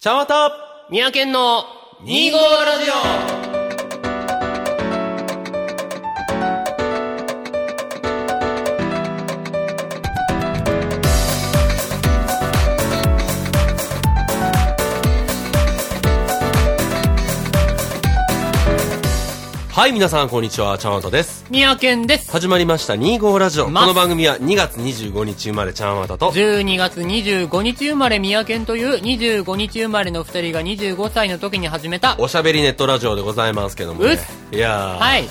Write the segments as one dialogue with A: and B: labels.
A: 茶また
B: 三宅県の
A: 2
B: 2
A: 号
B: 号
A: ラ
B: ラ
A: ジ
B: ジ
A: オはい、皆さん、こんにちは。ちゃまたです。
B: オ三宅県です
A: 始まりました、2号ラジオ。こ
B: ます
A: の番組は2月25日生まれ、ちゃまたと、
B: 12月25日生まれ三宅県という25日生まれの2人が25歳の時に始めた
A: おしゃべりネットラジオでございますけども
B: う
A: ね
B: っ。
A: いやー、
B: はい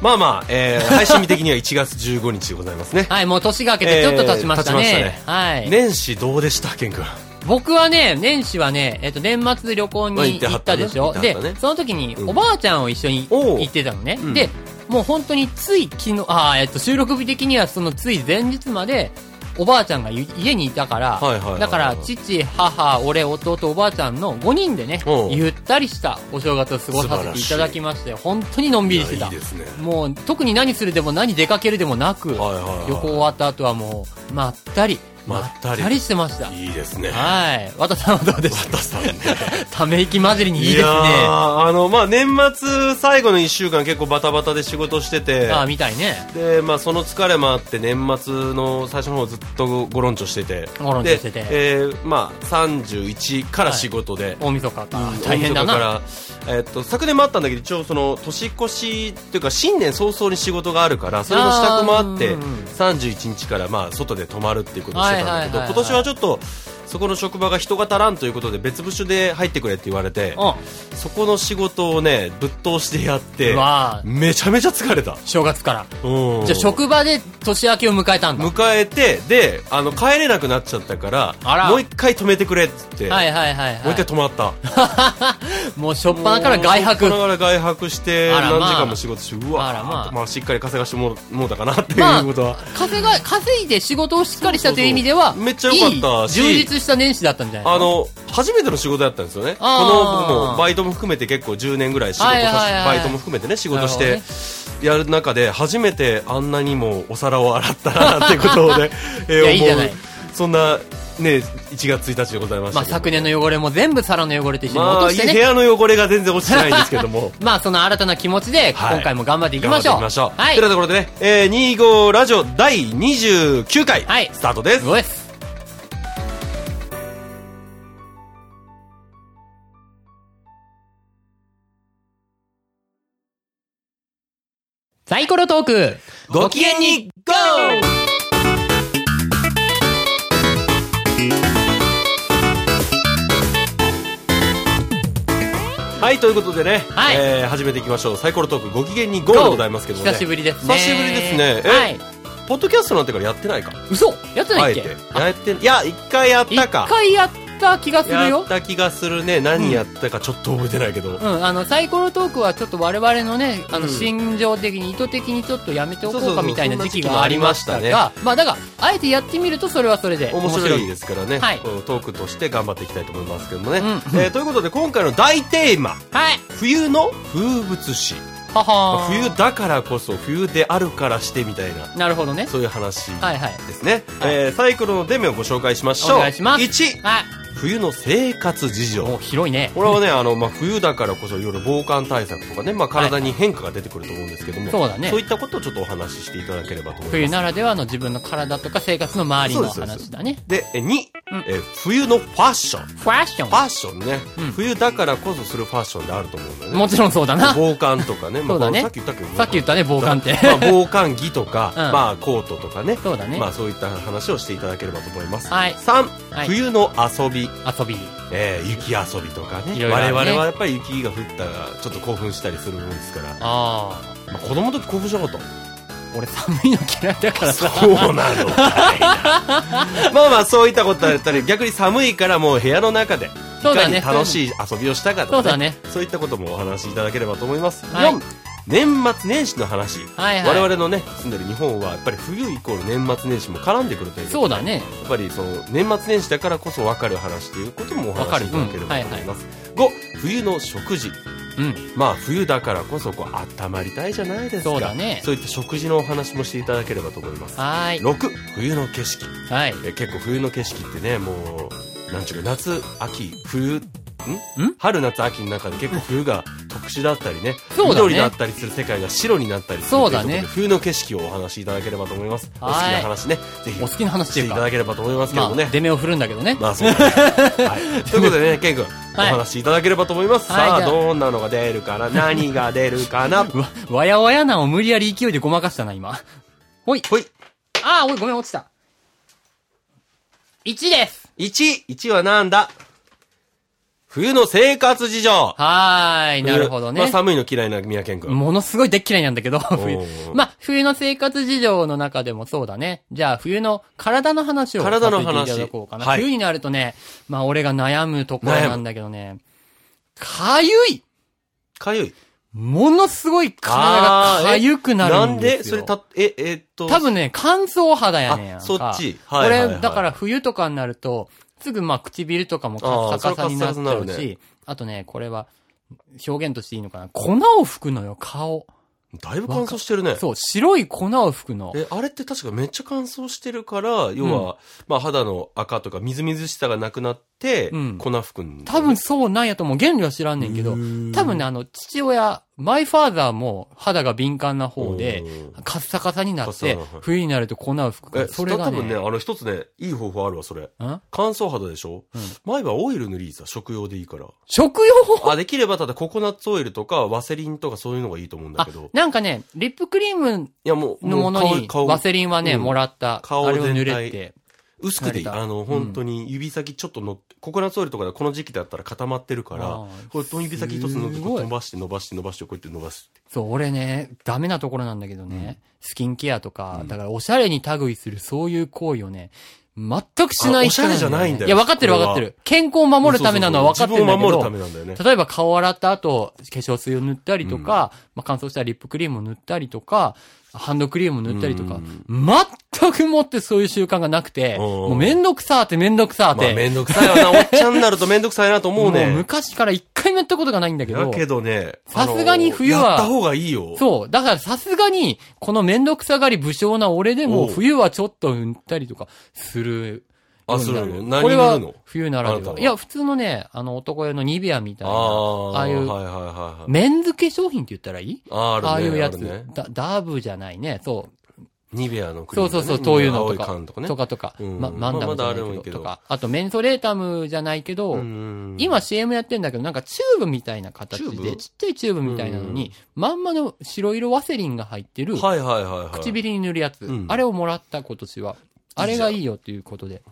A: まあまあ、えー、配信日的には1月15日でございますね。
B: はいもう年が明けてちょっと経ちました
A: えー
B: ね
A: 経ちま,、した
B: はい、
A: 年始どうでしたケン君。
B: 僕はね年始はね、えっと年末旅行
A: まあ行
B: に
A: っては
B: 行
A: っ
B: ったた
A: ね
B: でしょ、
A: 行ってはったね
B: でその時に
A: うん
B: おばあちゃんを一緒に
A: おう
B: 行ってたのね、
A: うん
B: でもう本当につい昨日あー、えっと収録日的にはそのつい前日までおばあちゃんがゆ家にいたから、
A: はいはいはいはい
B: だから父母俺弟おばあちゃんの5人でね
A: おう
B: ゆったりしたお正月を過ごさせていただきまして本当にのんびりしてた
A: いやいいですね
B: もう特に何するでも何出かけるでもなく、
A: はいはいはい
B: 旅行終わった後はもうまったり
A: まったり
B: してました
A: いいですね。
B: はい。わたさんはどうでし
A: 渡さんね。
B: たため息混じりにいい
A: い
B: です
A: や
B: ね。
A: ーあの、まあ、年末最後の1週間結構バタバタで仕事してて、
B: ああ、みたいね。
A: で、まあ、その疲れもあって、年末の最初の方ずっとご論調してて。
B: ご論調してて
A: でえーまあ、31から仕事で。
B: 大晦日か。大変だ
A: 大
B: な。
A: 晦日から、えっと、昨年もあったんだけど、一応その、年越しっていうか、新年早々に仕事があるから、それの支度もあって
B: あーうん、
A: 31日からまあ、外で泊まるっていうことをしてたんだけど、
B: はいはいはいはい
A: 今年はちょっと、そこの職場が人が足らんということで、別部署で入ってくれって言われて、
B: う
A: そこの仕事をね、ぶっ通してやって
B: ん。う、わー
A: めちゃめちゃ疲れた。
B: 正月から。
A: うん
B: じゃあ、職場で年明けを迎えたんだ。は
A: 迎えて、で、あの、帰れなくなっちゃったから、
B: あら
A: もう一回止めてくれって言って、
B: いはいはいはい。
A: もう一回泊まった。
B: もう、しょっぱなから
A: し
B: 外
A: ょっ
B: 泊
A: ぱ。なから外泊して、
B: あらま
A: 何
B: あ
A: 時間も仕事して、うわ
B: あらまあ
A: まあ、しっかり稼がしてもらったかなって
B: ま
A: い
B: あ
A: うことは。
B: 稼が、稼いで仕事をしっかりしたという意味では、
A: そうそうめっちゃ良かったし
B: いい充実した年始だったんじゃない
A: あ、の、初めての仕事だったんですよね。こ
B: あー
A: の僕もバイトも含めて結構10年ぐらい仕事させて、
B: はいはいはい
A: バイトも含めてね、仕事し
B: なる
A: てやる中で、初めてあんなにもお皿を洗ったなってことをね、 え
B: いやいいじゃない
A: そんな、ね、1月1日でございましたけど。
B: まあ、昨年の汚れも全部皿の汚れと一緒に
A: ま
B: 落
A: あ
B: と
A: いい
B: して
A: 部
B: ね。
A: 屋の汚れが全然落ちてないんですけど も。
B: まあ、その新たな気持ちで、
A: はい
B: 今回も頑張っていきましょう。
A: 頑張っていきましょう。
B: はい
A: という。ところでね、えー、25ラジオ第29回、
B: はい
A: スタートです。
B: すごいっす。サイコロトーク
A: ご機嫌に GO! はい、ということでね、
B: はい
A: えー始めていきましょう。サイコロトークご機嫌に GO! でございますけどもね。
B: 久しぶりですね
A: 久しぶりですねえ
B: はい
A: ポッドキャストなんてからやってないか。
B: 嘘やって
A: あ
B: ない
A: え。
B: ってけ
A: やって、いや、一回やっ
B: 一
A: たか。
B: 回やった気がする
A: や
B: よ
A: った気がするね。何やったかちょっと覚えてないけど。
B: うん、あのサイコロトークはちょっと我々のねあ
A: う
B: の
A: ん
B: 心情的に意図的にちょっとやめておこ
A: そうそう
B: う
A: そう
B: かみたいな
A: そんな時
B: 時期
A: 期も
B: が
A: あ
B: あ
A: り
B: り
A: ま
B: ま
A: し
B: したた
A: ね
B: がまあだからあえてやってみるとそれはそれで
A: 面白いですからね、
B: はい
A: うんトークとして頑張っていきたいと思いますけどもね、
B: うん
A: えーということで今回の大テーマ
B: はい
A: 冬の風物詩
B: ははーん
A: 冬だからこそ冬であるからしてみたいな
B: なるほどね
A: そういう話
B: はいはい
A: ですね、
B: はい
A: えーサイコロのデメをご紹介しましょう
B: お願いします
A: 1
B: はい
A: 冬の生活事
B: お
A: 情
B: 広いね
A: これはね、あの、まあ、冬だからこそいろいろ防寒対策とかね、まあ、体に変化が出てくると思うんですけども、
B: そうだね
A: いったことをちょっとお話ししていただければと思います。
B: 冬ならではの自分の体とか生活の周りの
A: そうですそうです
B: 話だね。
A: で、え2、
B: うん
A: えー冬のファッション。
B: ファッション
A: ファッションね、
B: うん
A: 冬だからこそするファッションであると思うんだよね
B: もちろんそうだな。
A: 防寒とかね
B: そうだね
A: まあこれさっき言ったけど
B: さっき言ったね、防寒って。
A: まあ、防寒着と か、
B: ん
A: まあ、コートとかね
B: そうだね
A: まあ、そういった話をしていただければと思います、
B: はい
A: 3、
B: はい
A: 冬の遊び、
B: 遊び。
A: えー雪遊びとかね
B: いろいろあるね
A: 我々はやっぱり雪が降ったらちょっと興奮したりするもんですから、
B: ああ。
A: まあ、子供の時興奮しなかった
B: 俺寒いの嫌いだからさ。
A: そう なのかいなまあまあそういったことだったり逆に寒いからもう部屋の中でい
B: そう
A: か
B: だ
A: に
B: ね
A: 楽しい遊びをしたかと
B: そう
A: か
B: だ
A: ね
B: ね。
A: そういったこともお話しいただければと思います、
B: はい
A: 4年末年始の話、
B: はいはい
A: 我々のね住んでる日本はやっぱり冬イコール年末年始も絡んでくるということで
B: そうだね。
A: やっぱりその年末年始だからこそ分かる話ということもお
B: わか
A: 話
B: る
A: しいただければと思います、5冬の食事
B: うん。
A: まあ冬だからこそこう温まりたいじゃないですか
B: そうだね
A: そういった食事のお話もしていただければと思います
B: はーい。
A: 6冬の景色
B: はい。
A: え結構冬の景色ってねもうなんちゅうか、夏、秋、冬、ん春、夏、秋の中で結構冬が特殊だったりね、
B: そうだね
A: 緑だったりする世界が白になったりする
B: そうだね
A: ということで冬の景色をお話しいただければと思います。お好き
B: はい
A: な話ね、ぜひ
B: お好きな話っ
A: してていう
B: い
A: ただ
B: か、
A: ければと思いますけ
B: ま
A: どもね
B: あ、。出目を振るんだけどね。
A: まあそうだね。 はい。ということでね、ケン君、
B: はい
A: お話しいただければと思います。
B: はい
A: さ
B: じ
A: あ、
B: ゃあ
A: どんなのが出るかな何が出るか な
B: わ、わやわやなんを無理やり勢いでごまかしたな、今。ほい。
A: ほい。
B: ああ、おい、ごめん、落ちた。1です。
A: 1、1はなんだ冬の生活事情。
B: はーい、なるほどね。
A: まあ寒いの嫌いな宮健君。
B: ものすごいでっ嫌いなんだけど、冬
A: おー。
B: まあ、冬の生活事情の中でもそうだね。じゃあ、冬の体の話をさせて
A: 体
B: い
A: の話
B: ただこうかな。
A: はい
B: 冬になるとね、まあ、俺が悩むところなんだけどね、かゆい
A: かゆい。
B: ものすごい体がかゆくな
A: な
B: る
A: ん
B: んで
A: ですそ
B: よ。
A: れた、え、えーっと。
B: 多分ね、乾燥肌やねんやんか。
A: あそっちはいはいはい
B: 俺、だから冬とかになると、すぐまあ唇とかも
A: あ
B: カ
A: ー
B: ッサカサになっちゃ
A: それカ
B: う
A: ッサカサになる
B: し、あとね、これは、表現としていいのかな。粉を吹くのよ、顔。
A: だいぶ乾燥してるね。
B: そう、白い粉を吹くの。
A: え、あれって確かめっちゃ乾燥してるから、要は、まあ肌の赤とかみずみずしさがなくなって、
B: うん
A: 粉吹くんだ
B: 多
A: よね
B: 分そうなんやと思う。原理は知らんねんけど
A: うーん、
B: 多分ね、あの、父親、マイファーザーも肌が敏感な方で
A: おー、
B: カッサカサにな
A: カッ
B: っ
A: サな
B: て
A: はい、
B: 冬になると粉を吹くから、
A: え、
B: そ
A: そ
B: れ
A: れ
B: が
A: 多分ね、あ
B: ね、
A: の一つね、いい方法あるわ、それ。
B: ん
A: 乾燥肌でしょ、
B: ん
A: 前はオイル塗りさ、食用でいいから。
B: 食用
A: あ、できればただココナッツオイルとかワセリンとかそういうのがいいと思うんだ
B: あ
A: けど、。
B: なんかね、リップクリーム
A: いやもう、
B: のものに、
A: 顔、
B: ワ
A: 顔
B: セリンはね、
A: うん
B: もらった。
A: 顔
B: あれを
A: 全
B: 塗
A: 体
B: れって。
A: 薄くていい。
B: 慣れた
A: あの、本当に指先ちょっとのって、ココナッツオイルとかでこの時期だったら固まってるか
B: あ
A: ら、
B: ー
A: これ指先一つの
B: すごい
A: 伸ばして伸ばして伸ばして、こうやって伸ばす。
B: そう、俺ね、ダメなところなんだけどね、スキンケアとか、だからおしゃれに類するそういう行為をね、全くしない人
A: あおしゃれじゃないんだよ
B: いや、分かってる分かってる。健康を守るためなのは分かってるんだけ
A: 自分を
B: ど
A: 守るた、めなんだよね。
B: 例えば顔を洗った後、化粧水を塗ったりとか、
A: うん
B: まあ、乾燥したリップクリームを塗ったりとか、ハンドクリームを塗ったりとか、全くもってそういう習慣がなくて、
A: うん
B: もうめんどくさーってめんどくさーっ
A: まあ、
B: て。
A: めんどくさいわな。 おっちゃんになるとめんどくさいなと思う
B: もう
A: ね。
B: 昔から一回もやったことがないんだけ
A: だ
B: ど、
A: けどね、
B: さすがに冬は
A: あのやった方がいいよ。
B: そう。だからさすがに、このめんどくさがり武将な俺で
A: お
B: も、
A: う
B: 冬はちょっと塗ったりとか、する。
A: あするの何
B: これ
A: 塗
B: は
A: るの、
B: 冬なら
A: あな
B: で
A: た
B: は。
A: はい
B: や、普通のね、あの、男用のニベアみたいな、
A: あ
B: あ
A: あ、
B: あいう
A: はいはいはいはい。
B: メンズ化粧品って言ったらいい
A: あ
B: あ
A: あ
B: あ
A: るね
B: いうやつ、
A: るね
B: ダダーブじゃないね。そう。
A: ニベアのクリ
B: そ
A: ー
B: う
A: ム
B: そ
A: ね、
B: うそう、そういうの
A: 青
B: と
A: い
B: か
A: 缶。とかね。
B: とかとか。
A: うん
B: ま、マンダムじゃないけど,、
A: まあまだあるけど
B: とか。あと、メンソレータムじゃないけど、
A: うん
B: 今 CM やってんだけど、なんかチューブみたいな形
A: チュー
B: で、
A: ブ
B: ちっちゃいチューブみたいなのに、まんまの白色ワセリンが入ってる、
A: はいはいはいはい。
B: 唇に塗るやつ、
A: うん
B: あれをもらった今年は。あれがいいよっていうことで。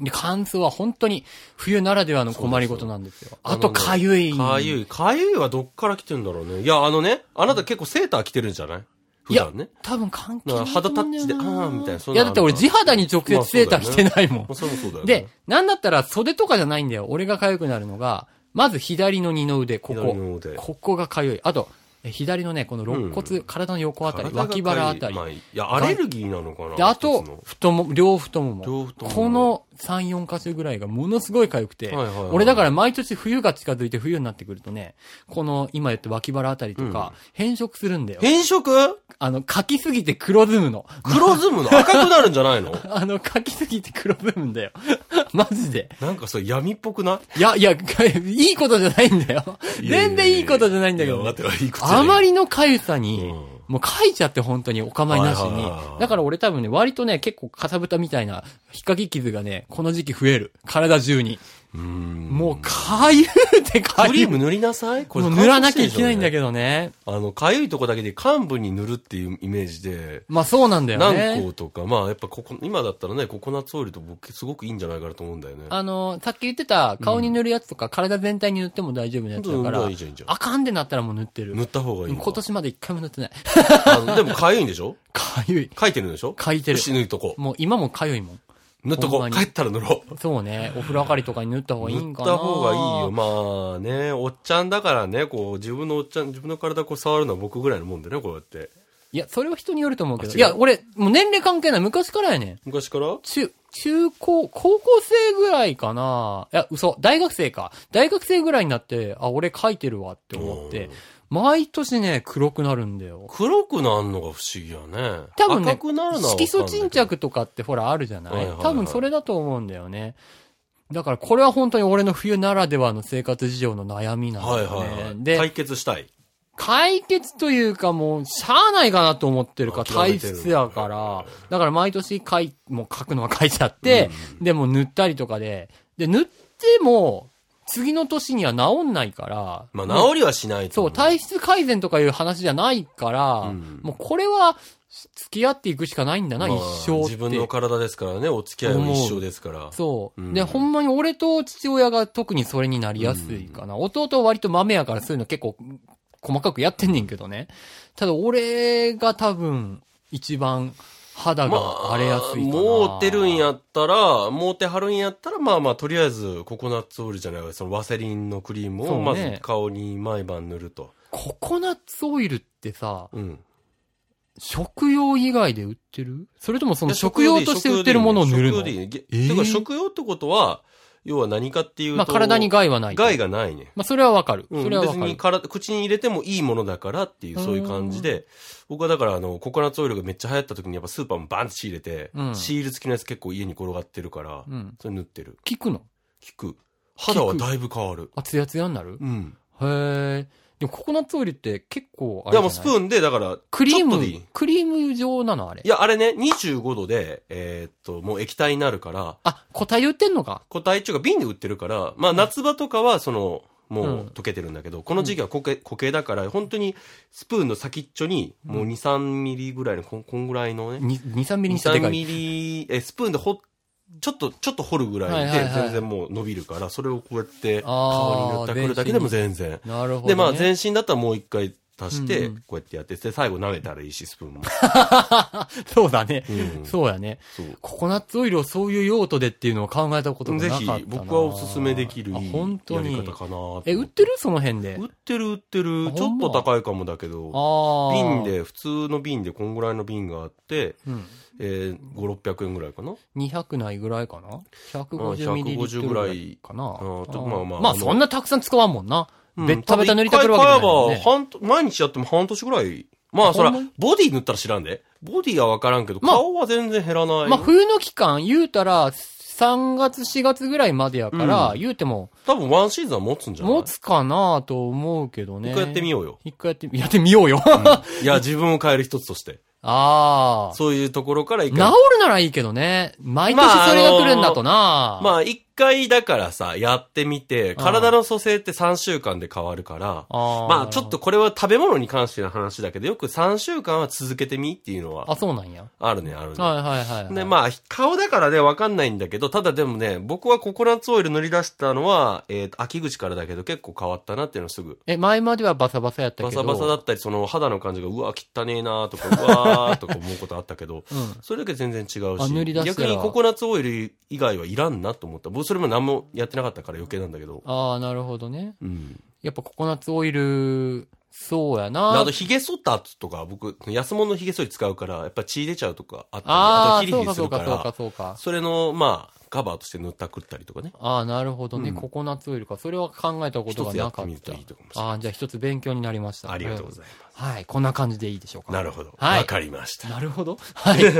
B: で、乾燥は本当に冬ならではの困りごとなんですよ。あと、かゆい。
A: かゆい。かゆいはどっから来てんだろうね。いや、あのね、あなた結構セーター着てるんじゃない普段ね。
B: 多分関係
A: だ
B: な
A: か
B: い
A: ら
B: と
A: 肌タ
B: 思うん
A: ッ
B: だよ
A: チ
B: な。
A: で、あーみたいな。そん
B: い
A: な
B: や、だって俺
A: ある
B: 地肌に直接セーター着てないもん
A: まあ、。それもそうだよね。
B: で、、なんだったら袖とかじゃないんだよ。俺が痒くなるのが、まず左の二の腕、こ
A: 左の
B: こ
A: 腕。
B: ここが痒い。あと、え左のね、この肋骨、体の横あたり、
A: 体が
B: 脇腹あたり
A: ま。あいや、アレルギーなのかな
B: で、あ
A: 一つの
B: と、太もも、両太もも。
A: 両太もも
B: この3、4箇所ぐらいがものすごい痒くて、
A: はいはいはい
B: 俺だから毎年冬が近づいて冬になってくるとね、この今言った脇腹あたりとか、変色するんだよ。
A: 変色
B: あの、書きすぎて黒ずむの。
A: 黒ずむの赤くなるんじゃないの
B: あの、書きすぎて黒ずむんだよ。 マジで。
A: なんかそれ闇っぽくない
B: いや、いや、 いいことじゃないんだよ。全然いいことじゃないんだけ
A: いや
B: ど
A: 待。っていいことじゃな
B: あ
A: い
B: まりの痒さに、
A: うん
B: もう書いちゃって本当にお構いなし
A: はい
B: に
A: はいはいは。い
B: だから俺多分ね、割とね、結構かさぶたみたいな、引っかき傷がね、この時期増える。体中に。
A: うん
B: もう、かゆってかゆ
A: クリーム塗りなさいこれ
B: もう塗らなきゃいけないんだ
A: ど。
B: けどね。
A: あの、かゆいとこだけで幹部に塗るっていうイメージで、
B: まあそうなんだよね。
A: 軟膏とか、まあやっぱここ、今だったらね、ココナッツオイルと僕すごくいいんじゃないかなと思うんだよね。
B: あの、さっき言ってた、顔に塗るやつとか、体全体に塗っても大丈夫なやつだか
A: うん
B: ら
A: うんいいじゃんいいじ、ゃん
B: あかんでなったらもう塗ってる。
A: 塗った方がいいのか。
B: 今年まで一回も塗ってない。
A: あのでもかゆいんでしょ
B: かゆい。
A: 書いてるんでしょ
B: 書いてる
A: よし、塗っとこう。
B: もう今もかゆいもん。
A: 塗っと
B: ほ
A: こ
B: ん
A: う。
B: まに
A: 帰ったら塗ろう。
B: そうね。お風呂上がりとかに塗った方がいい
A: 塗
B: ん
A: っ
B: かな。
A: た方がいいよ。まあね、おっちゃんだからね、こう、自分のおっちゃん、自分の体こう触るのは僕ぐらいのもんでね、こうやって。
B: いや、それは人によると思うけ
A: あ
B: ど。
A: 違
B: いうや、俺、もう年齢関係ない。昔からやねん。
A: 昔から
B: 中、中高、高校生ぐらいかな。いや、嘘。大学生か。大学生ぐらいになって、あ、俺書いてるわって思って、毎年ね、黒くなるんだよ。
A: 黒くなるのが不思議やね。
B: 多分ね
A: 赤くなるのはわかんない
B: 色素沈着とかってほらあるじゃない,、
A: はいはいはい
B: 多分それだと思うんだよね。だからこれは本当に俺の冬ならではの生活事情の悩みなん
A: は
B: だ
A: い
B: よね。
A: はいはい。
B: で、
A: 解決したい。
B: 解決というかもう、しゃあないかなと思ってるから、
A: 諦め
B: 体
A: てる
B: 質やから、だから毎年書い、もう書くのは書いちゃって、でも塗ったりとかで、で、塗っても、次の年には治んないから、
A: ま
B: も
A: あ、
B: う
A: 治りはしないと
B: そ
A: 思
B: う、体質改善とかいう話じゃないから、
A: ん
B: もうこれは、付き合っていくしかないんだな、
A: まあ
B: 一生って。
A: 自分の体ですからね、お付き合いも一生ですから。
B: そう、
A: うん
B: で、ほんまに俺と父親が特にそれになりやすいかな。弟は割と豆やからそういうの結構細かくやってんねんけどね。ただ俺が多分一番肌
A: ま
B: が荒れやすいかな。
A: もうてるんやったら、もうてはるんやったら、まあまあ、とりあえず、ココナッツオイルじゃないわ、そのワセリンのクリーム
B: そう
A: を、
B: ね
A: まず顔に毎晩塗ると。
B: ココナッツオイルってさ、
A: うん。
B: 食用以外で売ってるそれともその食用として売ってるものを塗るの
A: 食用でいい食用
B: え
A: でいい
B: ー
A: てか、食用ってことは、要は何かっていうと、
B: まあ体に害はない。
A: 害がないね。
B: まあそれはわかる。
A: うん
B: それはわ
A: 別
B: か
A: に
B: る。
A: から口に入れてもいいものだからっていう、そういう感じで、僕はだから、あの、ココナッツオイルがめっちゃ流行った時に、やっぱスーパーもバンって仕入れて、
B: うん
A: シール付きのやつ結構家に転がってるから、
B: うん。
A: それ塗ってる。
B: 効くの
A: 効く。肌はだいぶ変わる。
B: あ、ツヤツヤになる
A: うん。
B: へえ。でもココナッツオイルって結構あ
A: い
B: れじ
A: や
B: ゃな
A: も
B: いう
A: スプーンで、だから、
B: クリー
A: ちょっ
B: ム
A: とでいい。い
B: クリーム状なのあれ。
A: や、あれね、25度で、えーっと、もう液体になるから、
B: あ、答え言ってんのか。
A: 個体中が瓶で売ってるから、まあ夏場とかは、その、も
B: うん
A: う溶けてるんだけど、この時期は固形固形だから、本当にスプーンの先っちょに、もう2、3ミリぐらいの、こんこんぐらいのね、
B: に2、3ミ
A: 2、
B: リにしてでか
A: 3
B: い。
A: ミリ、え、スプーンでほ、ちょっと、ちょっと掘るぐらい
B: はい
A: で、
B: はいはい
A: 全然もう伸びるから、それをこうやって、
B: あー
A: 顔に塗ってくるだけでも全然。
B: なるほど、ね。
A: で、まあ全身だったらもう一回足し
B: う
A: て
B: んうん、
A: こうやってやって、で、最後投げたらいいし、スプーンも。
B: そうだね、
A: うん
B: そうやね。
A: そう。
B: ココナッツオイルをそういう用途でっていうのを考えたことがな
A: ぜ
B: かった
A: ひ
B: な。、
A: 僕はおすすめできる
B: あ
A: いいや
B: 本
A: り
B: 当に
A: 方。かなと
B: え、売ってるその辺で。
A: 売ってる売って
B: あ
A: る。ち
B: ほ
A: ょ
B: ん
A: っ
B: ま
A: と高いかもだけど、
B: ああ。
A: 瓶。で、普通の瓶でこんぐらいの瓶があって、
B: うん。
A: えー、5、600円ぐらいかな。
B: 200ないぐらいかな ?150 ミリリットルぐらいかな
A: あーとまあまあ
B: まあ
A: あの
B: そんなたくさん使わんもんな。
A: うん
B: べったべた塗りた
A: 多
B: くる
A: 分
B: わけじゃないもん
A: 一回買え
B: ね
A: ば、。半年、毎日やっても半年ぐらい。まあ、そ
B: あ
A: ら
B: ほんまに、
A: ボディ塗ったら知らんで。ボディはわからんけど、
B: まあ
A: 顔は全然減らない。
B: まあ冬の期間、言うたら、3月、4月ぐらいまでやから、
A: う
B: 言うても、
A: 多分ワンシーズンは持つんじゃない
B: 持つかなと思うけどね。
A: 一回やってみ
B: よ
A: ようよ。
B: う。一回やってみ、や ってみようよ。あ
A: いや、自分を変える一つとして。
B: あ。
A: そういうところから一
B: 治る
A: 回。
B: ならいいけどね。毎年それが来るんだとな。
A: まあ、一回だからさ、やってみて、体の蘇生って3週間で変わるから、
B: あー
A: まあ、ちょっと。これは食べ物に関しての話だけど、よく3週間は続けてみっていうのは、
B: あ、そうなんや。
A: あるね、あるね。
B: はいはいはいはい。
A: で、まあ、顔だからね、わかんないんだけど、ただでもね、僕はココナッツオイル塗り出したのは、えーと秋口からだけど、結構変わったなっていうのはすぐ。
B: え、前まではバサバサやった
A: バ
B: けど。
A: サバサだったり、その肌の感じが、うわ、汚ねえなとか、うわーとか思うことあったけど、
B: うん。
A: それだけ全然違う
B: あ
A: し、
B: 塗り出した
A: 逆
B: ら
A: にココナッツオイル以外はいらんなと思った。僕それも何もやってなかったから余計なんだけど。
B: ああ、なるほどね。
A: うん。
B: やっぱココナッツオイル、そうや
A: あ
B: な
A: と、。髭剃った後とか、僕、安物の髭剃り使うから、やっぱ血出ちゃうとかあったり、
B: あ
A: あと
B: あ、
A: ヒ
B: そ
A: リ
B: う
A: ヒ
B: か
A: リす
B: そう
A: るか、
B: かそうからそうか。
A: それの、まあ、カバーとして塗ったくったりとかね。
B: ああ、なるほどね、
A: うん
B: ココナッツオイルか。それは考えたこと
A: 一
B: が
A: つや
B: な
A: って
B: かっ
A: みると
B: た。
A: いいと思います。
B: ああ、じゃあ一つ勉強になりました。
A: ありがとうございま
B: はい、こんな感じでいいでしょうか。
A: す。なるほど。わ、
B: はい
A: かりました。
B: なるほど。はい。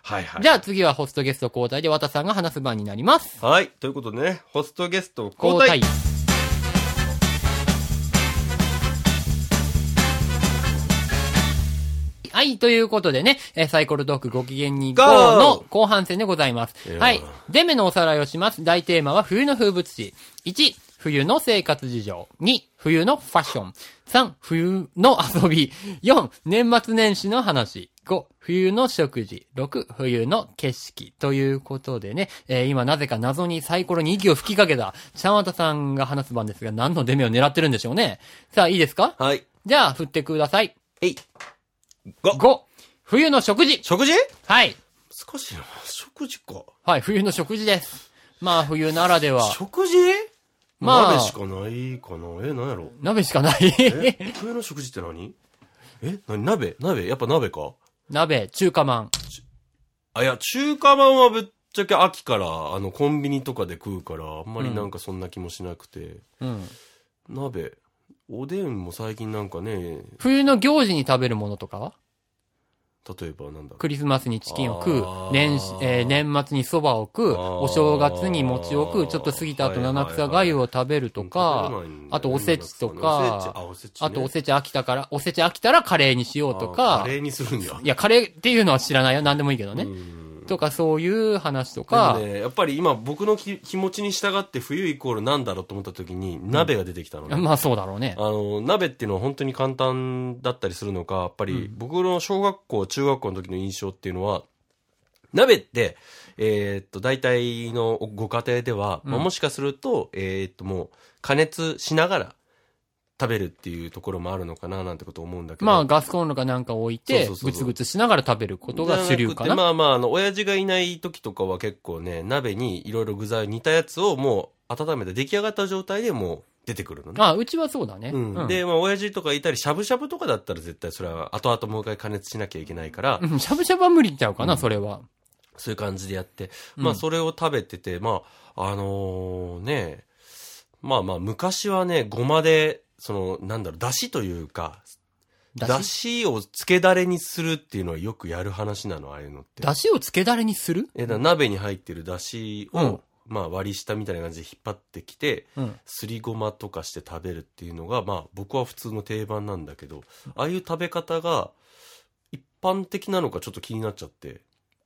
A: はいはい。
B: じゃあ次はホストゲスト交代で和田さんが話す番になります。
A: はい。ということでね、ホストゲスト交代。
B: はい、ということでね、えーサイコロトークご機嫌に GO!
A: ゴー
B: の後半戦でございます
A: い。やー
B: はい。デメのおさらいをします。大テーマは冬の風物詩。1、冬の生活事情。2、冬のファッション。3、冬の遊び。4、年末年始の話。5、冬の食事。6、冬の景色。ということでね、えー今なぜか謎にサイコロに息を吹きかけた、ちゃんわたさんが話す番ですが、何のデメを狙ってるんでしょうね。さあ、いいですか
A: はい。
B: じゃあ、振ってください。
A: えい。ご、
B: 5、冬の食事。
A: 食事
B: はい。
A: 少しな。食事か。
B: はい、冬の食事です。まあ、冬ならでは、
A: 食事
B: まあ
A: 鍋しかないかな。え、なんやろ。
B: 鍋しかない。
A: え、冬の食事って何え、何鍋鍋やっぱ鍋か
B: 鍋、中華まん。
A: あ、いや、中華まんはぶっちゃけ秋から、あの、コンビニとかで食うから、あんまりなんかそんな気もしなくて。
B: うん。
A: 鍋。おでんも最近なんかね、
B: 冬の行事に食べるものとかは
A: 例えばなんだろう
B: クリスマスにチキンを食
A: あー
B: う、年始、えー年末に蕎麦を食う、
A: あー
B: お正月に餅を食う、ちょっと過ぎた後七草粥を食べると
A: 食べ
B: か
A: れないんだよね、
B: あとおせちと
A: おせちあ
B: か、
A: おせちね
B: あとおせち飽きたから、おせち飽きたらカレーにしようと
A: あー
B: か
A: カ、レーにするんだよ。
B: いや、カレーっていうのは知らないよ。何でもいいけど
A: う
B: ね。
A: ん
B: とか、そういう話と
A: で
B: か
A: も、ね、やっぱり今僕のき気持ちに従って冬イコールなんだろうと思った時に鍋が出てきたのね。
B: まあそうだろうね。
A: あの、鍋っていうのは本当に簡単だったりするのか、やっぱり僕の小学校、中学校の時の印象っていうのは、鍋って、えーっと、大体のご家庭では、まあ
B: うん
A: もしかすると、えーっと、もう加熱しながら食べるっていうところもあるのかな、なんてこと思うんだけど。
B: まあガスコンロかなんか置い
A: そ
B: て
A: うそう、そう
B: ぐつぐつしながら食べることが主流か
A: じゃくて
B: な。
A: まあまあ、あの、親父がいない時とかは結構ね、鍋にいろいろ具材、煮たやつをもう温めて出来上がった状態でもう出てくるのね。
B: あ、うちはそうだね。
A: う、
B: うんん
A: で、まあ、親父とかいたり、しゃぶしゃぶとかだったら絶対それは後々もう一回加熱しなきゃいけないから、
B: うんしゃぶしゃぶは無理ちゃうか
A: う
B: な、
A: ん
B: それは。
A: そういう感じでやって、まあ、
B: うん
A: それを食べてて、まあ、あのね、まあまあ、昔はね、ごまで、その、なんだろう、だしというか、だ
B: だし
A: しをつけだれにするっていうのはよくやる話なの、ああいうのって。
B: だしをつけだれにする
A: え、だから鍋に入ってるだしを、
B: うん
A: まあ、割り下みたいな感じで引っ張ってきて、
B: うん。
A: すりごまとかして食べるっていうのが、まあ僕は普通の定番なんだけど、ああいう食べ方が一般的なのかちょっと気になっちゃって。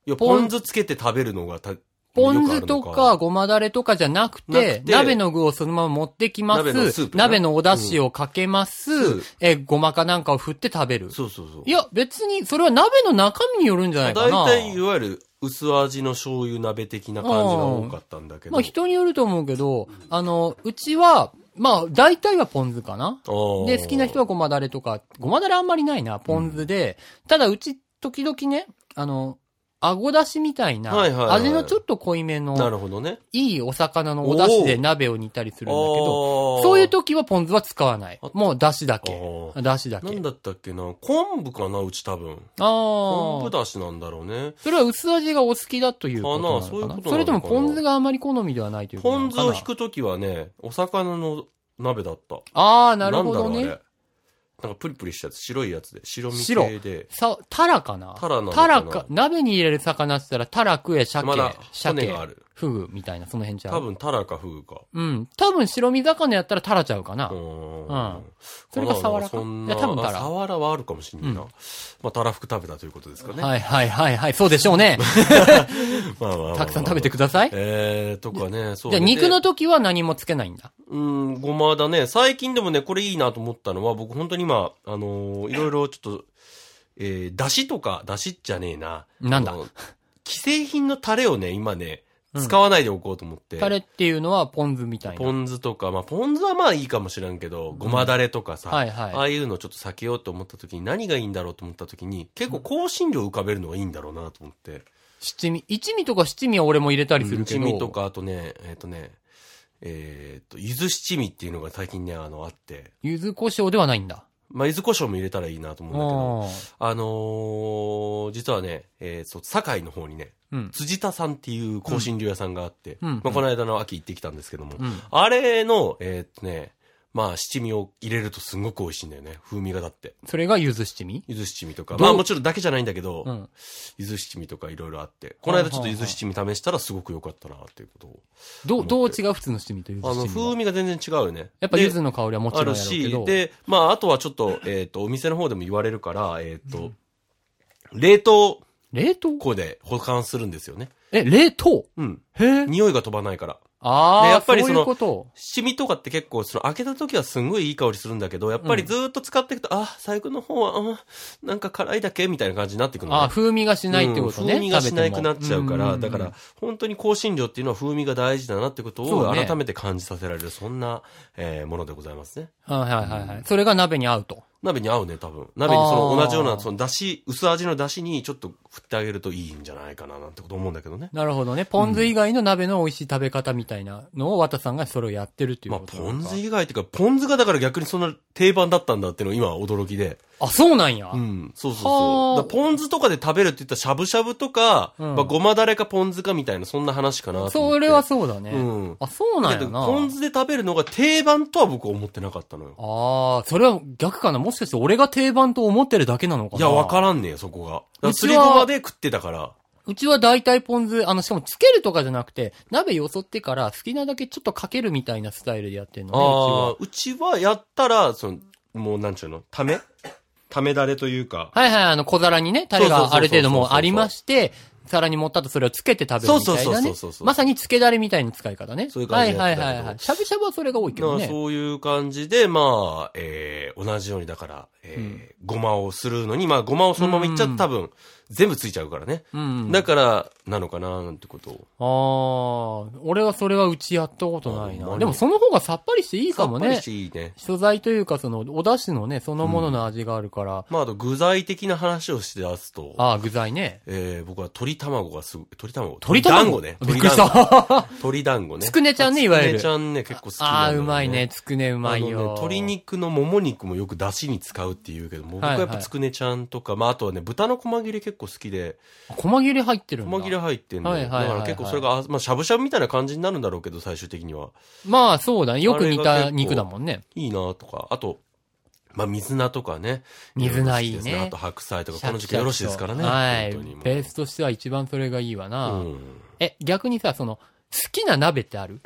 A: いや、
B: ポ
A: ポ
B: ン
A: ン酢つけて食べるのがた、
B: ポン酢
A: よ
B: と
A: くある
B: か
A: の、
B: ごまだれとかじゃなく
A: な
B: て、
A: くて
B: 鍋の具をそのまま持ってきま
A: 鍋のスー
B: す。
A: プな
B: 鍋のお出汁をかけます
A: うん。
B: え、ごまかなんかを振って食べる。
A: そうそうそう。
B: いや、別に、それは鍋の中身によるんじゃないか
A: 大
B: な。
A: 体いわゆる薄味の醤油鍋的な感じが多かったんだけど。
B: まあ人によると思うけど、あの、うちは、まあ大体はポン酢かな。
A: あー
B: で、好きな人はごまだれとか、ごまだれあんまりないな、ポン酢で、ただうち時々ね、あの、あごだしみたいな、
A: はいはいはい
B: 味のちょっと濃いめ
A: な
B: の、
A: るほどね。
B: いいお魚のお出汁で鍋を煮たりするんだけど、そういう時はポン酢は使わない
A: あ。
B: もう出汁だ
A: あ
B: け。
A: ー
B: 出汁だ
A: なん
B: け。
A: だったっけな昆布かなうち多分。
B: ああ
A: 昆布。だしなんだろうね。
B: それは薄味がお好きだということなのか
A: かな
B: な
A: そういうことなのかな
B: それともポン酢があまり好みではないということ
A: ポ
B: なの
A: ン
B: か
A: 酢
B: な
A: を引くときはね、お魚の鍋だった。
B: ああ、なるほ
A: な
B: ど
A: んだろうあ
B: ね。
A: れなんかプリプリしたやつ、白いやつで、白身
B: 白
A: 系で。
B: さ、タラかな
A: タラなの
B: タ
A: かな
B: ラか、鍋に入れる魚って言ったらタラ食え、鮭
A: まだ、骨
B: 鮭
A: がある。
B: フグみたいな、その辺ちゃ
A: 多
B: う。
A: 分、タラかフグか。
B: うん。多分白身魚やったらタラちゃうかな
A: う。ーん
B: うんそれがサワラか
A: そん
B: い
A: な、
B: や多分タラ
A: あサワラはあるかもしんないな。
B: う
A: まあ、タラ服食べたということですかね。
B: はいはいはいはい。そうでしょうね。
A: まあまあまあまあ
B: たくさん食べてください。じ
A: えー、とかね、そう
B: ゃ
A: ね
B: あ肉の時は何もつけないんだ。
A: うん、ごまだね。最近でもね、これいいなと思ったのは、僕本当に今、あのーいろいろちょっと、えー、だしとか、だしじゃねえな。
B: なんだ
A: あの既製品のタレをね、今ね、
B: うん
A: 使わないでおこうと思って。
B: タレっていうのはポン酢みたい
A: ポ
B: な。
A: ン酢とか、まあ、ポン酢はまあいいかもしれんけど、ごまだれとかさ、
B: はいはい
A: ああいうのちょっと避けようと思った時に何がいいんだろうと思った時に、結構香辛料浮かべるのがいいんだろうなと思って。
B: 七味。一味とか七味は俺も入れたりする
A: 七
B: けど。
A: 味と。か、あとね、えっ、とね、えっ、と、柚子七味っていうのが最近ね、あの、あって、
B: 柚子胡椒ではないんだ。
A: まあ、柚子胡椒も入れたらいいなと思うんだけど、
B: あ
A: あのー実はね、えー、そう、堺の方にね、
B: あ。うん。
A: 辻田さんっていう香辛料屋さんがあって、
B: うんうん
A: まあ、この間の秋行ってきたんですけども、
B: うん。
A: あれの、えーっとね、まあ、七味を入れるとすごく美味しいんだよね。風味がだって。
B: それが柚子七味
A: ゆず七味とか。
B: どう
A: まあ、もちろんだけじゃないんだけ
B: う
A: ど、
B: ん。
A: ゆず七味とかいろいろあって。この間ちょっとゆず七味試したらすごく良かったな、っていうことを。
B: どう、どう違う普通の七味と柚子
A: あの、
B: 七味は
A: 風味が全然違うよね。
B: やっぱ
A: で
B: 柚子の香りはもち
A: ある
B: ろんやろうけ
A: し、
B: ど。
A: で、まあ、あとはちょっと、えーっと、お店の方でも言われるから、えーっと、冷凍
B: 冷凍
A: 庫で保管するんですよね。
B: え、冷凍
A: うん。
B: へえ。
A: 匂いが飛ばないから。
B: ああ、
A: でやっぱりその
B: そういうこと。
A: シミとかって結構、その開けた時はすんごいいい香りするんだけど、やっぱりずーっと使っていくと、あ、最後の方は、うんなんか辛いだけみたいな感じになってくるのね
B: ああ、風味がしないってことね。
A: うん風味がしなくなっちゃうから、
B: 食べ
A: だ
B: ても
A: か
B: うん
A: ら、本当に香辛料っていうのは風味が大事だなってこと
B: そ
A: を
B: うね
A: 改めて感じさせられる、そんな、えーものでございますね。
B: はいはいはいはい。それが鍋に合うと。
A: 鍋に合うね、多分。鍋にその
B: あー
A: 同じような、そのだし、薄味のだしにちょっと振ってあげるといいんじゃないかな、なんてこと思うんだけどね。
B: なるほどね。ポン酢以外の鍋の美味しい食べ方みたいなのを、渡さんがそれをやってるっていう
A: まあ、
B: ことな
A: ポ
B: の
A: ン
B: か
A: 酢以外っていうか、ポン酢がだから逆にそんな定番だったんだっていうのが今は驚きで。
B: あ、そうなんや。
A: うん。そうそう
B: は
A: そ
B: あ
A: う。だからポン酢とかで食べるって言ったら、しゃぶしゃぶとか、
B: うん
A: まあ、ごまだれかポン酢かみたいな、そんな話かなと思って。
B: それはそうだね。
A: うん
B: あ、そうなんやな。
A: だってポン酢で食べるのが定番とは僕は思ってなかったのよ。
B: ああ、それは逆かな。もしかして俺が定番と思ってるだけなのかな。
A: いや、わから
B: ん。
A: らんねえよ、そこが。だか
B: う
A: ら
B: ち
A: す
B: は
A: りごまで食ってたから。
B: うちは大体ポン酢、あの、しかもつけるとかじゃなくて、鍋よそってから好きなだけちょっとかけるみたいなスタイルでやってるのね、う
A: ああ
B: ちは。、
A: うちはやったら、その、もうなんちゅうのためためだれというか。
B: はいはい、あの、小皿にね、タレ
A: そうそうそう
B: が
A: そう
B: ある程度もうありまして、皿に盛ったとそれをつけて食べるみたい
A: そうそう
B: な
A: そ
B: ね
A: うそうそう。そう
B: まさにつけだれみたいな使い方ね。
A: そういう感じで
B: は
A: やっ
B: い
A: てたけど
B: はいはいはい。しゃぶしゃぶはそれが多いけ
A: だか
B: ど
A: ら
B: ね。
A: そういう感じで、まあ、えー、同じようにだから、えーごまをするのに、まあ、ごまをそのままいっちゃうと多分、全部ついちゃうからね。
B: うん。
A: だから、なのかな、なんてことを。
B: ああ、俺はそれはうちやったことない
A: あほん
B: な。
A: まに
B: でもその方がさっぱりしていいか
A: さ
B: も
A: っぱ
B: ね
A: りし。ていいね。
B: 素材というかその、お出汁のね、そのものの味があるから。
A: まあ、あと、具材的な話をして出すと、
B: ああ、具材ね。
A: えー、僕は鶏卵がすごい、鶏卵
B: 鶏
A: 団
B: 卵
A: 子ね。
B: びっくりし
A: 鶏団子
B: た。
A: 鶏団子ね。
B: つくねちゃんねいわゆる
A: つくねちゃんね、結構好き
B: あ
A: な
B: あ、
A: んだよ
B: うまいね。。つくねうまい
A: あの
B: よ。
A: ね鶏肉のもも肉もよく出汁に使うっていうけども、僕はやっ
B: はい
A: ぱ
B: はい
A: つくねちゃんとか、まああとはね、豚の細切れ結構好きで、
B: あ。細切れ入ってるんだ。
A: 細切れ入ってんの、
B: はいはいはいはい
A: だから結構それが、あまあしゃぶしゃぶみたいな感じになるんだろうけど、最終的には。
B: まあそうだね。よく似
A: あれが
B: た
A: 結構
B: 肉だもんね。
A: いいなとか、あと、まあ水菜とかね。
B: 水菜いいね
A: ろろ好きですあと白菜とか、この時期
B: シャキシャキと
A: よろしいですからね。
B: はい
A: 本当にも。う
B: ベースとしては一番それがいいわな。
A: うん。好
B: え、逆にさ、その、好きな鍋ってある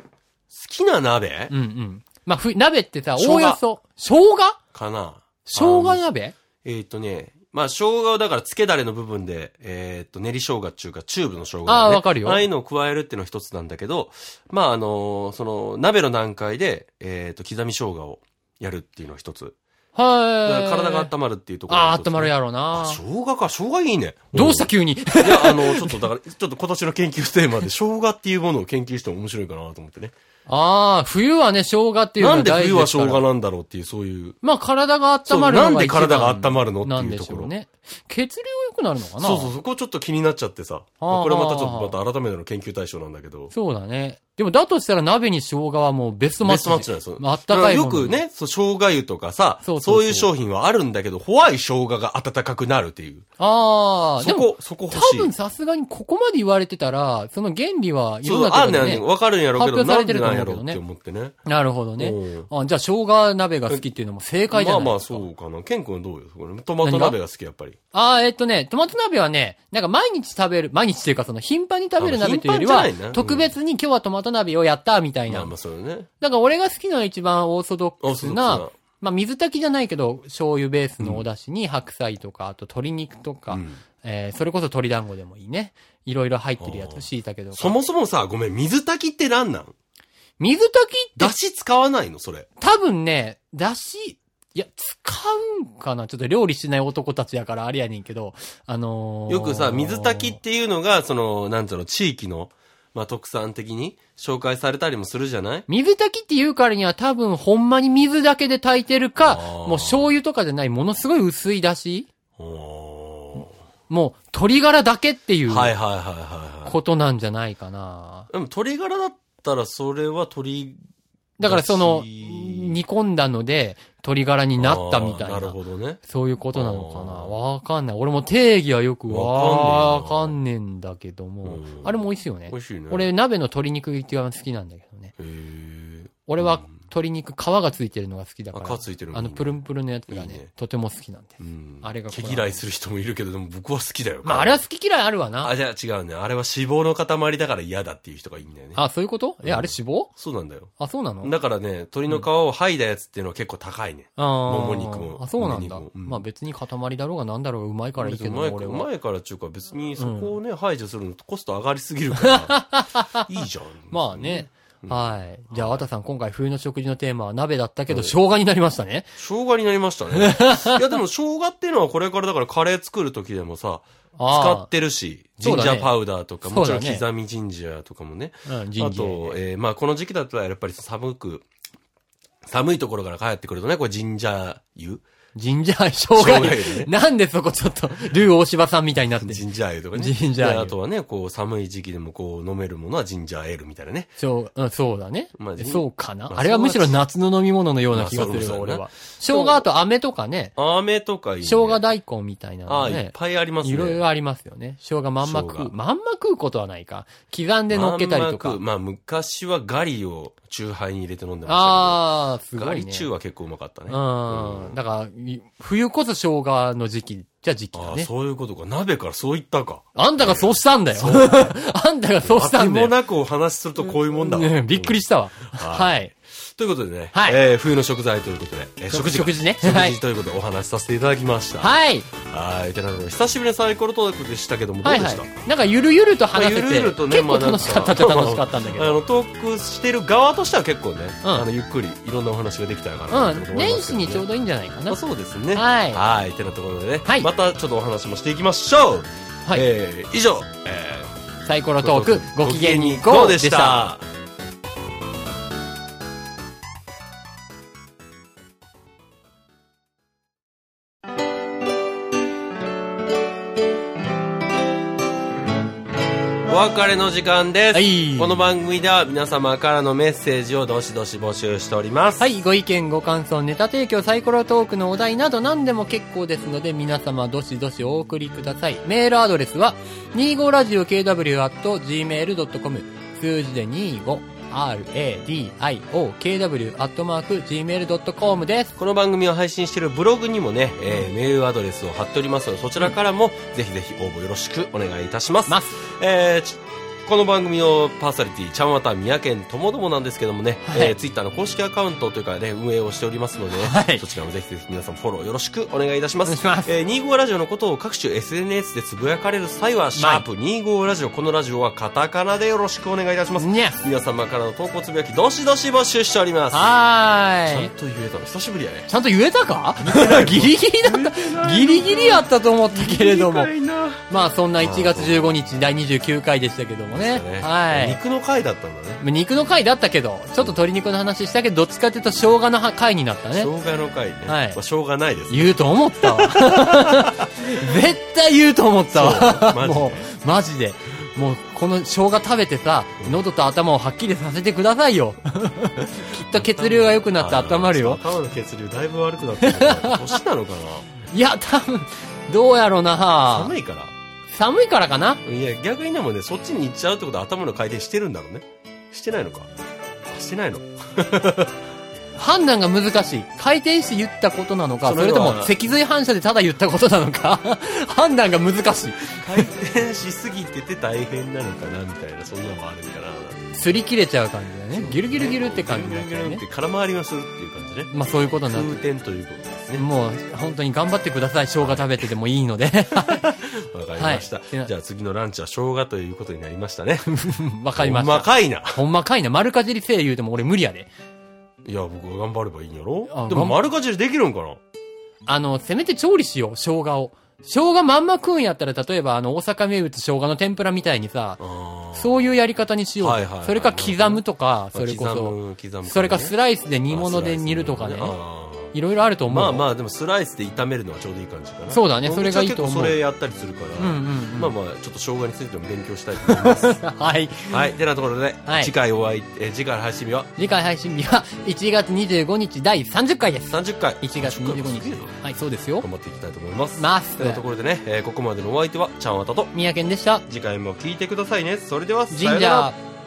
A: きな鍋
B: うんうん。まあ、ふ、鍋ってさ、
A: 生
B: お
A: 姜
B: およそ、生姜
A: かな
B: 生姜鍋
A: えっ、とね、まあ、生姜をだから、つけだれの部分で、えっ、と、練り生姜っていうか、チューブの生姜、ね。
B: ああわかるよ
A: ああいうのを加えるっていうのは一つなんだけど、まあ、あのーその、鍋の段階で、えっ、と、刻み生姜をやるっていうのは一つ。だか
B: は
A: ら
B: い。
A: 体が温まるっていうところが
B: あ
A: 一
B: あ、
A: つ
B: 温まるやろう
A: あ、
B: な。
A: 生姜か、生姜いいね。
B: どうした 急に
A: たいや、あの、ちょっとだから、ちょっと今年の研究テーマで、生姜っていうものを研究しても面白いかなと思ってね。
B: ああ、冬はね、生姜っていうの
A: な
B: は
A: ん
B: 大
A: で
B: 事です
A: 冬
B: から
A: は生姜なんだろうっていう、そういう。
B: まあ、体が温まるのが一番
A: そうなんで体が温まるのっていうところ
B: なんでしょね。血流良くなるのかな
A: そうそう、そこちょっと気になっちゃってさ。
B: あー
A: これまたちょっと、また改めての研究対象なんだけど。
B: そうだね。でも、だとしたら鍋に生姜はもうベストマッチ。
A: ベストマッチなんですよ。
B: まああったかいもの。
A: よく。ね、そう、生姜湯とかさ、
B: そ
A: そうう
B: そうそう
A: いう商品はあるんだけど、怖い生姜が温かくなるっていう。
B: ああ、で
A: そ
B: も、
A: こ、そこ欲し
B: 多
A: い。
B: 分さすがにここまで言われてたら、その原理は
A: そ
B: 世
A: う、
B: の
A: あ
B: 中
A: ん
B: で
A: ねんあんね
B: ね
A: ん。。わかるんやろうけど、
B: 発表
A: な
B: され
A: ん
B: て
A: でなん
B: ると思うけ
A: や
B: ど
A: ろ
B: ね
A: うって思ってね。
B: なるほどね
A: うん。
B: あじゃあ、生姜鍋が好きっていうのも正解じ
A: ま
B: ゃ
A: あ
B: ない
A: まあ、
B: ですか。
A: そうかな。ケン君はどうよ。これトマト鍋が好き、やっぱり。
B: ああ、えっとね、トマト鍋はね、なんか毎日食べる、毎日というかその頻繁に食べる鍋というより
A: あ
B: は
A: 頻繁じゃないなう、ん
B: 特別に今日はトマト鍋をやった、みたい
A: まあ
B: な。
A: まあ、そうよね。
B: なんか俺が好きなのは一番オーソドッ
A: オー
B: ク
A: ソドックス
B: スな
A: な、
B: まあ水炊きじゃないけど、醤油ベースのお出汁に白菜とか、あと鶏肉とか、
A: うん
B: えー、それこそ鶏団子でもいいね。いろいろ入ってるや
A: あー
B: つ、椎茸と
A: そ
B: か。
A: もそもさ、ごめん、水炊きってなんなん
B: 水炊き
A: だ
B: って
A: し使わないのそれ。
B: 多分ね、だし、いや、使うんかなちょっと料理しない男たちやからあれやねんけど、あのー、
A: よくさ、水炊きっていうのが、その、なんつうの、地域の、まあ、特産的に紹介されたりもするじゃない
B: 水炊きって言うからには多分ほんまに水だけで炊いてるか
A: あ、ー
B: もう醤油とかじゃないものすごい薄いだし、
A: おー
B: もう鶏ガラだけっていう
A: はいはいはいはいはい。
B: ことなんじゃないかな。
A: でも鶏ガラだったらそれは鶏、
B: だからその、
A: だし
B: 煮込んだので鶏ガラになったみたい
A: あーな
B: な
A: る。ほどね。
B: そういうことなのかな
A: あー
B: わかんない。俺も定義はよくわ
A: わ
B: か
A: か
B: ん
A: ん
B: ねえんだけども
A: うん。
B: あれも美味しいよね
A: 美。味しいね。
B: 俺、鍋の鶏肉一番好きなんだけどね。
A: へー
B: 俺は鶏肉皮がついてるのが好きだから。
A: あ皮ついてるの
B: あの、プルンプルンのやつが
A: いい
B: ね
A: ね、
B: とても好きなんで。
A: うん。
B: あれがこ
A: 毛
B: れ
A: 嫌いする人もいるけど、でも僕は好きだよ。
B: まあ、あれは好き嫌いあるわな。
A: あ、じゃあ違うね。あれは脂肪の塊だから嫌だっていう人がいいんだよね。
B: あ、そういうことえ、あれ脂肪
A: そうなんだよ。
B: あ、そうなの
A: だからね、鶏の皮を剥いだやつっていうのは結構高いね。
B: あー
A: もも肉も
B: あ、そうなんだ
A: 胸肉も。うん
B: まあ別に塊だろうがなんだろうがうまいからいいけ
A: う
B: ど
A: ま
B: ね、
A: いか
B: 俺
A: ら、う
B: は。
A: まいからっていうか別にそこをね、排除するのとコスト上がりすぎる から。いいじゃん。
B: まあね。はい。じゃあ、わたさん、今回冬の食事のテーマは鍋だったけど、生姜になりましたね。
A: 生姜になりましたね。 いやでも生姜っていうのはこれからだからカレー作る時でもさ、使
B: ああ
A: っ。てるし、ジ
B: そう
A: ン
B: だ
A: ジ
B: ね
A: ャーパウダーとか、
B: そう
A: もち
B: だね
A: ろん刻みジンジャーとかもね。
B: うん、ジ
A: あ
B: ンジャー
A: と、えーまあこの時期だったらやっぱり寒く、寒いところから帰ってくるとね、これジンジャー湯
B: ジンジャーエール、生姜
A: 生姜
B: 湯
A: 湯ね
B: なんでそこちょっと、ルー大柴さんみたいになって。
A: ジンジャーエールとかね。
B: ジンジャーエール
A: であとはね、こう、寒い時期でもこう、飲めるものはジンジャーエールみたいなね。
B: そう、うん、そうだね。
A: まあジン
B: そうかな、
A: まあ
B: あれはむしろ夏の飲み物のような
A: まあ
B: 気がす
A: そ
B: る
A: う
B: よ、
A: そう
B: 俺
A: だな
B: は。生姜と飴とかね、
A: 飴とかいい、ね。
B: 生姜大根みたいな
A: ああ、
B: の
A: いっ
B: ね。
A: ぱいありますね。
B: いろいろありますよね。生姜まんま食
A: 生
B: う。
A: 姜
B: まんま食うことはないか。刻んで乗っけたりと
A: まんま食
B: か
A: う。まあ、昔はガリを中杯に入れて飲んでましたけど。
B: ああ、すごい、ね。
A: ガリ中は結構うまかったね。
B: うん。だから、い冬こそ生姜の時期、じゃ時期
A: あ
B: だ
A: あ、
B: ね。
A: そういうことか。鍋からそういったか。
B: あんたがそうしたんだよ。 あんたがそうした
A: あ
B: んだ
A: も
B: よ。
A: なくお話しするとこういうもんだわ。
B: ねびっくりしたわ。
A: は
B: はい。
A: ということでね、
B: はい
A: えー冬の食材ということで、えー食事か
B: 食事ね
A: 食
B: はい
A: 事ということでお話しさせていただきました。
B: はい。
A: はい。てなことで久しぶりのサイコロトークでしたけども、どう
B: は
A: で
B: い
A: し
B: は
A: た、
B: い。なんかゆるゆると話せて、
A: まあゆるゆるとね
B: 結
A: ま
B: 構
A: あなん
B: 楽
A: か
B: しかったっちゃ楽しかったんだけ
A: あ
B: ど。
A: の、トークしてる側としては結構ね、
B: うん
A: あの、ゆっくりいろんなお話ができたのか
B: う
A: なと思いますけど
B: ん。
A: ね、
B: 年始にちょうどいいんじゃないか
A: ま
B: な
A: あ、。そうですね。
B: はい
A: はい。てなところでね、
B: はい
A: またちょっとお話もしていきましょう。
B: はい
A: えー以上、えー
B: サイコロトーク、ご機嫌に行こ
A: ど
B: う
A: うで
B: で
A: し
B: した。
A: たお別れの時間です、
B: はい
A: この番組では皆様からのメッセージをどしどし募集しております、
B: はい、ご意見、ご感想、ネタ提供、サイコロトークのお題など何でも結構ですので、皆様どしどしお送りください。メールアドレスは、25radio.kw.gmail.com 数字で 25radio.kw.gmail.com です。
A: この番組を配信しているブログにもね、えーメールアドレスを貼っておりますのでそちらからもぜひぜひ応募よろしくお願いいたします
B: ます。
A: えーちこの番組のパーソナリティ、ちゃんわたみやけんともどもなんですけどもね、
B: はい
A: えツイッター Twitter の公式アカウントというかね、運営をしておりますのでね、
B: はい
A: そちらもぜひぜひ皆さんフォローよろしくお願いいたしま
B: お願
A: す。
B: いします
A: えー、25ラジオのことを各種 SNS でつぶやかれる際は、シャープ25ラジオ、このラジオはカタカナでよろしくお願いいたします。
B: にゃ
A: 皆様からの投稿つぶやき、どしどし募集しております。
B: は
A: ちゃ
B: ー
A: ん
B: い。
A: と言えたの久しぶりやね。
B: ちゃんと言えたかギリギリだった。ギリギリやったと思ったけれども。まあそんな1月15日第29回でしたけどもね。はい。
A: 肉の回だったんだね。
B: 肉の回だったけど、ちょっと鶏肉の話したけど、どっちかっていうと生姜の回になったね。
A: 生姜の回ね。
B: はい
A: まあしょうがないです。
B: 言うと思った わ。絶対言うと思ったわ。
A: そうマジで
B: もう、マジで。もう、この生姜食べてさ、喉と頭をはっきりさせてください よ。きっと血流が良くなって温まるよ。
A: 頭の血流だいぶ悪くなってるけど年なのか
B: いや、多分、どうやろう
A: な
B: な
A: 寒いから
B: 寒いからかない
A: や逆にでもねそっちに行っちゃうってことは頭の回転してるんだろうねしてないのかあしてないの
B: 判断が難しい。回転して言ったことなのか、
A: そ
B: そ
A: れ
B: れ
A: は
B: とも脊髄反射でただ言ったことなのか、 判断が難しい。
A: 回転しすぎてて大変なのかなみたいなそんなのもあるから
B: 擦り切れちゃう感じだよね。ギュルギュルギュルって感じだ
A: ね
B: よ
A: ギュルギュルギュル
B: ね
A: っ。て空回りがするっていう感じね
B: まあそういうことになっ
A: 空転ということです
B: て。
A: ね
B: もう、本当に頑張ってください。生姜食べててもいいので。
A: わかりました、
B: はい
A: じゃあ次のランチは生姜ということになりましたね
B: わかりまし
A: 細
B: た。
A: かいな
B: ほんまかいな。丸かじり声優でも俺無理やで。
A: いや僕が頑張ればいいんやろ
B: あ
A: でも
B: 頑張
A: 丸かじりできるんかな
B: あの、せめて調理しよう。生姜を。生姜まんま食うんやったら、例えばあの、大阪名物生姜の天ぷらみたいにさ、
A: あー
B: そういうやり方にしよう。
A: はいはいはい
B: それか刻むとか、それこ
A: 刻
B: そ。
A: む刻む感じね
B: それかスライスで煮物で煮るとかね。
A: あ
B: いろいろあると
A: ー
B: 思う。
A: まあまあでもスライスで炒めるのはちょうどいい感じかな
B: そうだね
A: ん
B: それがいいと思
A: ちは結
B: う
A: 構それやったりするから、
B: うんうんうん
A: まあまあちょっと生姜についても勉強したいと思います
B: はい。
A: はいてなところで、
B: はい
A: 次回お会いえー次回の配信日は
B: 次回配信日は1月25日第30回です。
A: 30回
B: 1月25日
A: すげえな。
B: はい、そうですよ
A: 頑。張っていきたいと思います
B: ます
A: てなところでね、えーここまでのお相手はちゃんわたと
B: 宮健でした。
A: 次回も聞いてくださいねそれではさ
B: ジ
A: よ
B: ン
A: う
B: ジ
A: なら
B: ャー。